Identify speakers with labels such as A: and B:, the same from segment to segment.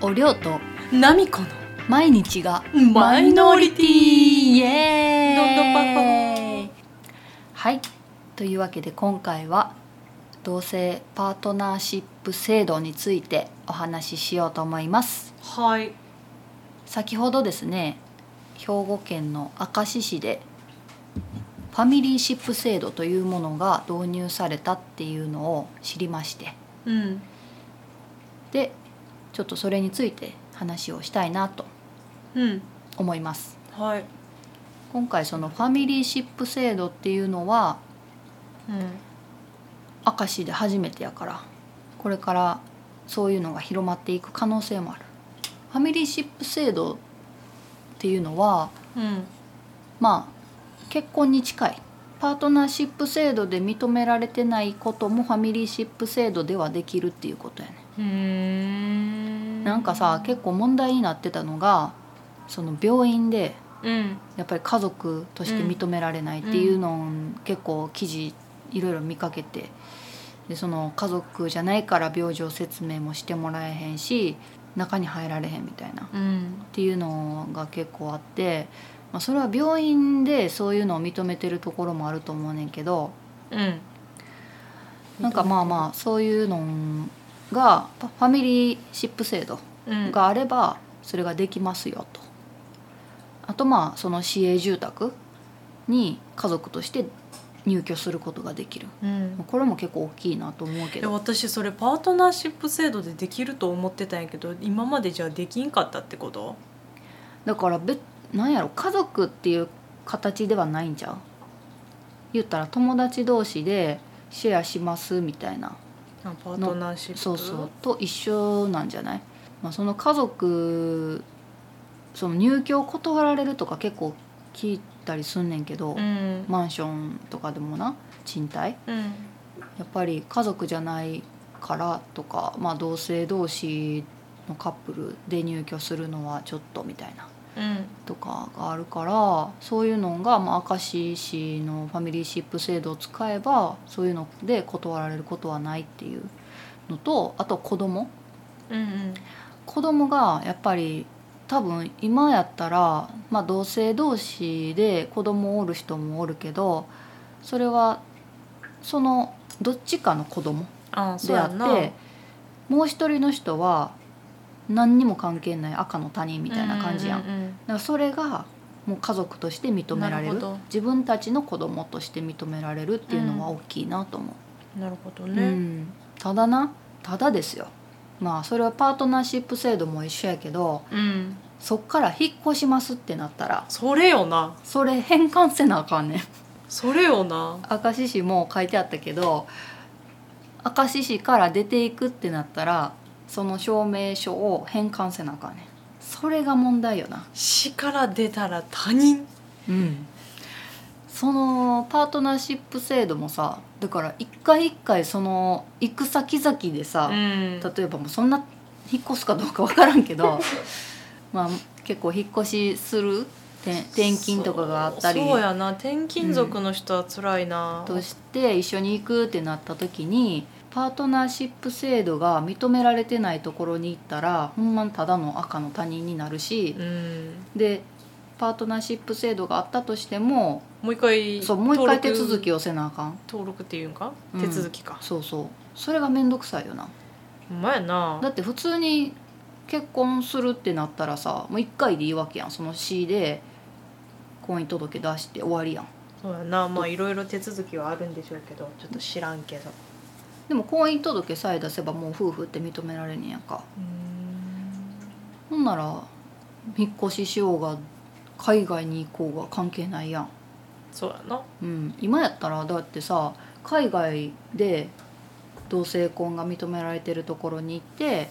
A: おりょうと
B: ナミコの
A: 毎日が
B: マイノリティ
A: イエーイ
B: どんどんパパ
A: はいというわけで今回は同性パートナーシップ制度についてお話ししようと思います
B: はい
A: 先ほどですね兵庫県の明石市でファミリーシップ制度というものが導入されたっていうのを知りまして
B: うん
A: でちょっとそれについて話をしたいなと
B: うん
A: 思います
B: はい
A: 今回そのファミリーシップ制度っていうのは
B: う
A: 明石で初めてやからこれからそういうのが広まっていく可能性もあるファミリーシップ制度っていうのは
B: んうん
A: まあ結婚に近いパートナーシップ制度で認められてないこともファミリーシップ制度ではできるっていうことやね
B: うーん
A: なんかさ結構問題になってたのがその病院で
B: うん
A: やっぱり家族として認められないっていうのを結構記事いろいろ見かけてでその家族じゃないから病状説明もしてもらえへんし中に入られへんみたいなっ
B: うん
A: ていうのが結構あって、まあ、それは病院でそういうのを認めてるところもあると思うねんけど
B: うん
A: なんかまあまあそういうのがファミリーシップ制度
B: うん
A: があればそれができますよとあとまあその市営住宅に家族として入居することができる
B: うん
A: これも結構大きいなと思うけ
B: いや
A: ど
B: 私それパートナーシップ制度でできると思ってたんやけど今までじゃあできんかったってこと
A: だからべなんやろ家族っていう形ではないんちゃう言ったら友達同士でシェアしますみたいな
B: あパートナーシップ
A: そうそうと一緒なんじゃない、まあ、その家族その入居を断られるとか結構聞いたりすんねんけど、
B: うん、
A: マンションとかでもな賃貸
B: うん
A: やっぱり家族じゃないからとか、まあ、同性同士のカップルで入居するのはちょっとみたいな
B: うん
A: とかがあるからそういうのが、まあ、明石市のファミリーシップ制度を使えばそういうので断られることはないっていうのとあと子供
B: うんうん
A: 子供がやっぱり多分今やったら、まあ、同性同士で子供おる人もおるけどそれはそのどっちかの子供
B: あそ
A: であ
B: うや
A: っ
B: ん
A: て
B: な
A: もう一人の人は何にも関係ない赤の他人みたいな感じやん,、
B: うんうん
A: だからそれがもう家族として認められ
B: な
A: る
B: るほど
A: 自分たちの子供として認められるっていうのは大きいなと思う。
B: うんなるほど
A: う
B: ね、
A: ん、ただなただですよまあそれはパートナーシップ制度も一緒やけど
B: うん、
A: そっから引っ越しますってなったら
B: それよな
A: それ返還せなあかん ねん
B: それよな
A: 明石市も書いてあったけど明石市から出ていくってなったらその証明書を返還せなあかんねんそれが問題よな
B: 市から出たら他人
A: うんそのパートナーシップ制度もさだから一回一回その行く先々でさ、
B: ん
A: 例えばもうそんな引っ越すかどうか分からんけ どまあ結構引っ越しする転転勤とかがあったり
B: そうそうやな転勤族の人は辛いな、
A: として一緒に行くってなった時にパートナーシップ制度が認められてないところに行ったらほんまにただの赤の他人になるし
B: う、ん
A: でパートナーシップ制度があったとしても
B: もう一回
A: そうもう一回手
B: 登録
A: 続きをせなあかん
B: 登録っていうんか、
A: うん
B: 手続きか
A: そうそうそれが面倒くさいよな
B: ほんまやな
A: だって普通に結婚するってなったらさもう1回でいいわけやんその市で婚姻届出して終わりやん
B: そうやなまあいろいろ手続きはあるんでしょうけどちょっと知らんけど
A: でも婚姻届さえ出せばもう夫婦って認められんねやんかほんなら引っ越ししようが海外に行こうが関係ないやん、
B: そうやな
A: うん、今やったらだってさ海外で同性婚が認められてるところに行って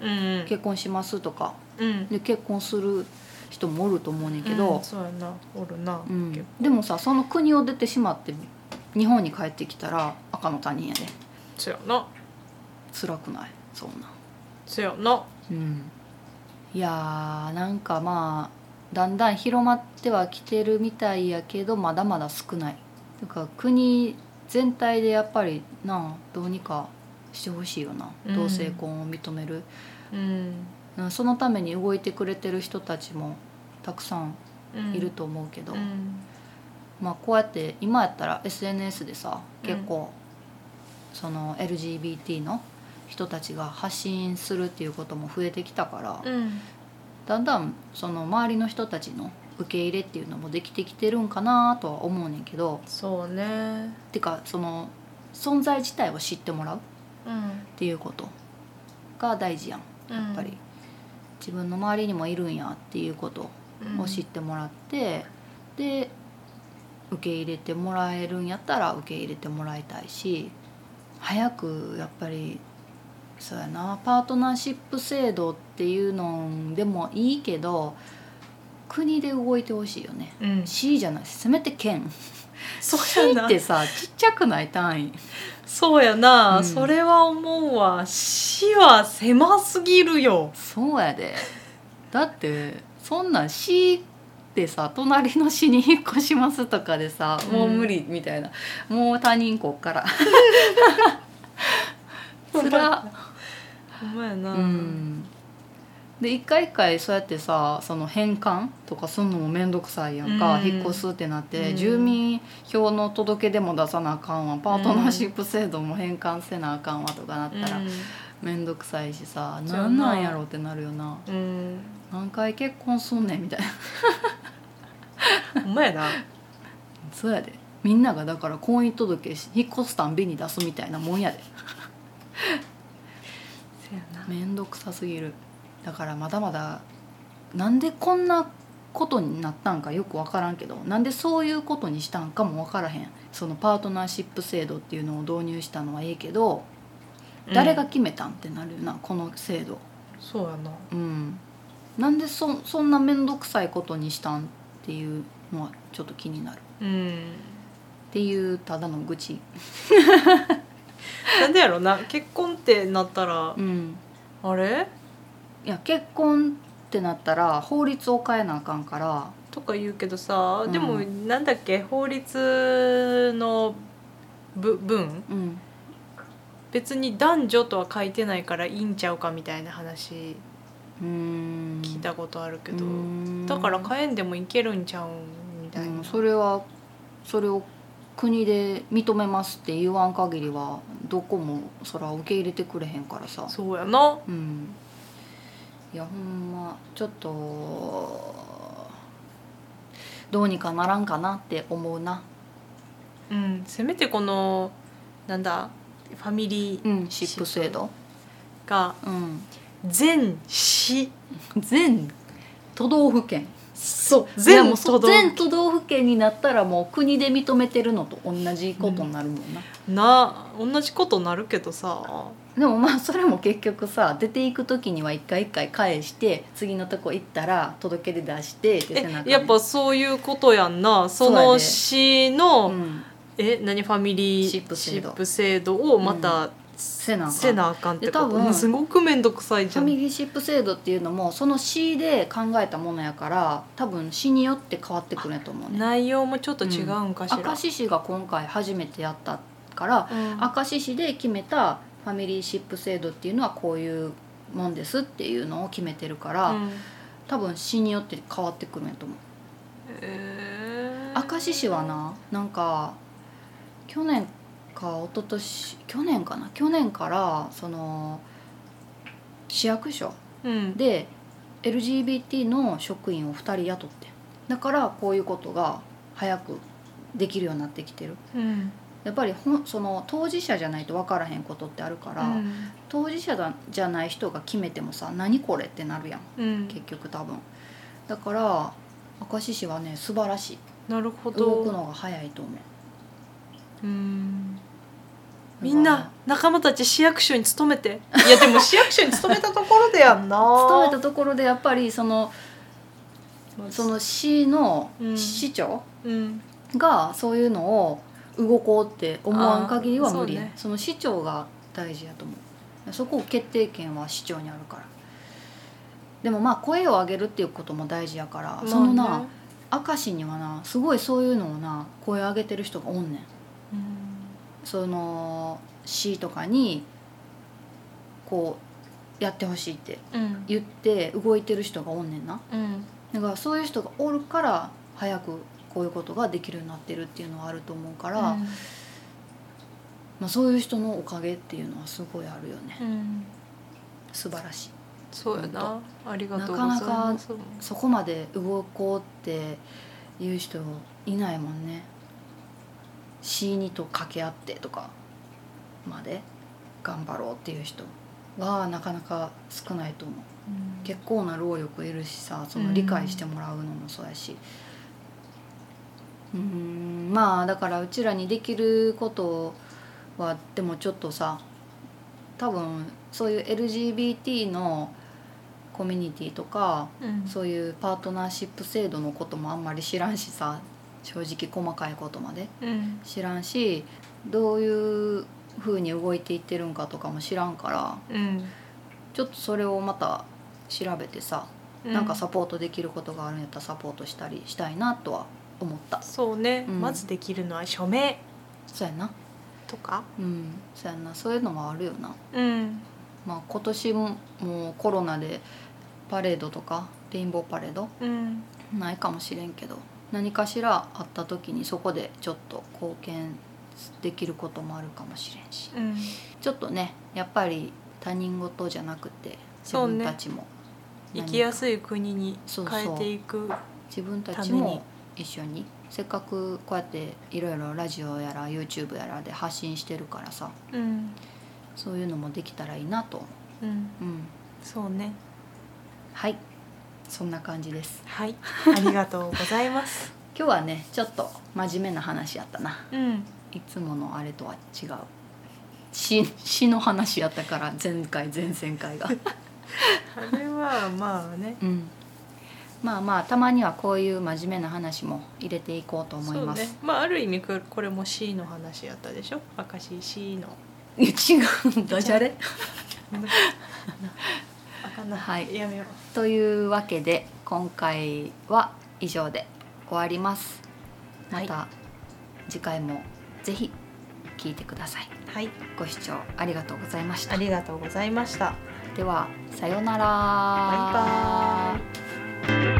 B: うん
A: 結婚しますとか
B: うん
A: で結婚する人もおると思うねんけど、
B: うんそうやなおるな、
A: うん
B: 結構
A: でもさその国を出てしまって日本に帰ってきたら赤の他人やで
B: そうやな
A: 辛くないそんな
B: そうやな
A: うんいやーなんかまあだんだん広まってはきてるみたいやけどまだまだ少ないだから国全体でやっぱりなどうにかしてほしいよな、
B: うん
A: 同性婚を認める
B: うん
A: うんそのために動いてくれてる人たちもたくさん
B: うん
A: いると思うけど、
B: うん
A: まあ、こうやって今やったら SNS でさ結構、その LGBT の人たちが発信するっていうことも増えてきたから、
B: うん
A: だんだんその周りの人たちの受け入れっていうのもできてきてるんかなとは思うねんけど
B: そうね
A: てかその存在自体を知ってもらうっ
B: うん
A: ていうことが大事やんやっぱり、自分の周りにもいるんやっていうこと
B: うん
A: を知ってもらって、で受け入れてもらえるんやったら受け入れてもらいたいし早くやっぱりそうやなパートナーシップ制度っていうのでもいいけど国で動いてほしいよね。
B: うん、
A: 市じゃないせめて県
B: そう
A: 市
B: や
A: っ
B: な
A: て さちっちゃくない単位
B: そうやな、
A: うん
B: それは思うわ死は狭すぎるよ
A: そうやでだってそんなん市ってさ隣の市に引っ越しますとかでさもう無理みたいな、もう他人国から つら
B: ほんまやな、
A: うんで一回一回そうやってさその返還とかすんのも面倒くさいやんか、
B: うん
A: 引っ越すってなって、
B: うん
A: 住民票の届け出も出さなあかんわパートナーシップ制度も返還せなあかんわとかなったら
B: う
A: 面倒くさいしさ、
B: そうや
A: な
B: なん
A: なんやろってなるよな。
B: ん、 うん、
A: 何回結婚すんねんみたいな
B: ほんまやな
A: そうやでみんながだから婚姻届し引っ越すたんびに出すみたいなもんやで
B: せやな
A: めんどくさすぎるだからまだまだなんでこんなことになったんかよく分からんけどなんでそういうことにしたんかも分からへんそのパートナーシップ制度っていうのを導入したのはええけど誰が
B: うん
A: 決めたんってなるよなこの制度
B: そうやな
A: うんなんでそそんな面倒くさいことにしたんっていうのはちょっと気になる
B: うん
A: っていうただの愚痴
B: なんでやろな結婚ってなったら
A: うん
B: あれ
A: いや結婚ってなったら法律を変えなあかんから
B: とか言うけどさ
A: うん
B: でもなんだっけ法律のぶ文
A: うん
B: 別に男女とは書いてないからいいんちゃうかみたいな話
A: うーん
B: 聞いたことあるけど、
A: うーん
B: だから変えんでもいけるんちゃうんみたいな、
A: うんそれはそれを国で認めますって言わん限りはどこもそら受け入れてくれへんからさ
B: そうやな
A: うんいやほんまちょっとどうにかならんかなって思うな
B: うんせめてこのなんだファミリー
A: うんシップ制度
B: が
A: うん
B: 全市
A: 全都道府県
B: そう
A: 全
B: 全
A: も
B: 都
A: 都
B: 道
A: 全都道府県になったらもう国で認めてるのと同じことになるもんな、
B: な同じことなるけどさ
A: でもまあそれも結局さ出ていく時には一回一回返して次のとこ行ったら届け出出してって背中
B: え
A: に
B: やっぱそういうことやんなそ
A: そうや
B: の
A: で
B: 市の、
A: うん、
B: え何ファミリー
A: シップ制度
B: シップ制度をまた、
A: せなあかん
B: せなあかんってこと
A: で多分
B: うんすごく面倒くさいじ
A: フ
B: ゃ
A: ァミ
B: ん
A: リーシップ制度っていうのもその市で考えたものやから多分市によって変わってくるんやと思うね
B: 内容もちょっと違うんかしら、
A: 明石市が今回初めてやったから
B: うん
A: 明石市で決めたファミリーシップ制度っていうのはこういうもんですっていうのを決めてるから、
B: うん
A: 多分市によって変わってくるんやと思う
B: えー
A: 明石市はななんか去年か一昨年去年かな去年からその市役所
B: うん
A: で LGBT の職員を2人雇ってんだからこういうことが早くできるようになってきてる
B: うん
A: やっぱりほんその当事者じゃないと分からへんことってあるから、
B: うん
A: 当事者だじゃない人が決めてもさ何これってなるやん
B: うん
A: 結局多分だから明石市はね素晴らしい
B: なるほど
A: 動くのが早いと思う
B: うんみんな仲間たち市役所に勤めていやでも市役所に勤めたところでやんな
A: 勤めたところでやっぱりそのその市の
B: うん
A: 市長
B: うん
A: がそういうのを動こうって思わん限りは無理や
B: あーそうね
A: その市長が大事やと思うそこを決定権は市長にあるからでもまあ声を上げるっていうことも大事やから、
B: まあね
A: そのな明石にはなすごいそういうのをな声を上げてる人がおんねん
B: うん
A: その市とかにこうやってほしいって
B: うん
A: 言って動いてる人がおんねんな
B: うん
A: だからそういう人がおるから早くこういうことができるようになってるっていうのはあると思うから、
B: うん
A: まあ、そういう人のおかげっていうのはすごいあるよね
B: うん
A: 素晴らしい
B: そうやなありがとうござい
A: なかなか
B: ます
A: そこまで動こうっていう人いないもんね C2 と掛け合ってとかまで頑張ろうっていう人はなかなか少ないと思う
B: うん
A: 結構な労力いるしさその理解してもらうのもそうやしうーんまあだからうちらにできることはでもちょっとさ多分そういう LGBT のコミュニティとか
B: うん
A: そういうパートナーシップ制度のこともあんまり知らんしさ正直細かいことまで
B: うん
A: 知らんしどういう風に動いていってるんかとかも知らんから
B: うん
A: ちょっとそれをまた調べてさなんかサポートできることがあるんやったらサポートしたりしたいなとは思った
B: そうね、
A: うん
B: まずできるのは署名
A: そうやな
B: とか
A: うんそうやなそういうのもあるよな
B: うん
A: まあ今年ももうコロナでパレードとかレインボーパレード
B: うん
A: ないかもしれんけど何かしらあった時にそこでちょっと貢献できることもあるかもしれんし
B: うん
A: ちょっとねやっぱり他人事じゃなくて自
B: そうね
A: 分たちも、
B: 生きやすい国に
A: そうそう
B: 変えていく
A: 自分たち
B: ために
A: も一緒にせっかくこうやっていろいろラジオやら YouTube やらで発信してるからさ
B: うん
A: そういうのもできたらいいなと思
B: うん
A: う、うん、
B: そうね
A: はいそんな感じです
B: はい ありがとうございます
A: 今日はねちょっと真面目な話やったな
B: うん
A: いつものあれとは違う詩詩の話やったから前回前々回 が
B: あれはまあね
A: うんまあまあたまにはこういう真面目な話も入れていこうと思います、
B: そうねまあある意味これこれも C の話やったでしょ明石 C の
A: いや 違うんだじゃ れ
B: あかんな
A: はい
B: やめよ
A: というわけで今回は以上で終わりますまた次回もぜひ聞いてくださいう
B: はい
A: ご視聴ありがとうございました
B: ありがとうございました
A: ではさようなら
B: バイバーイ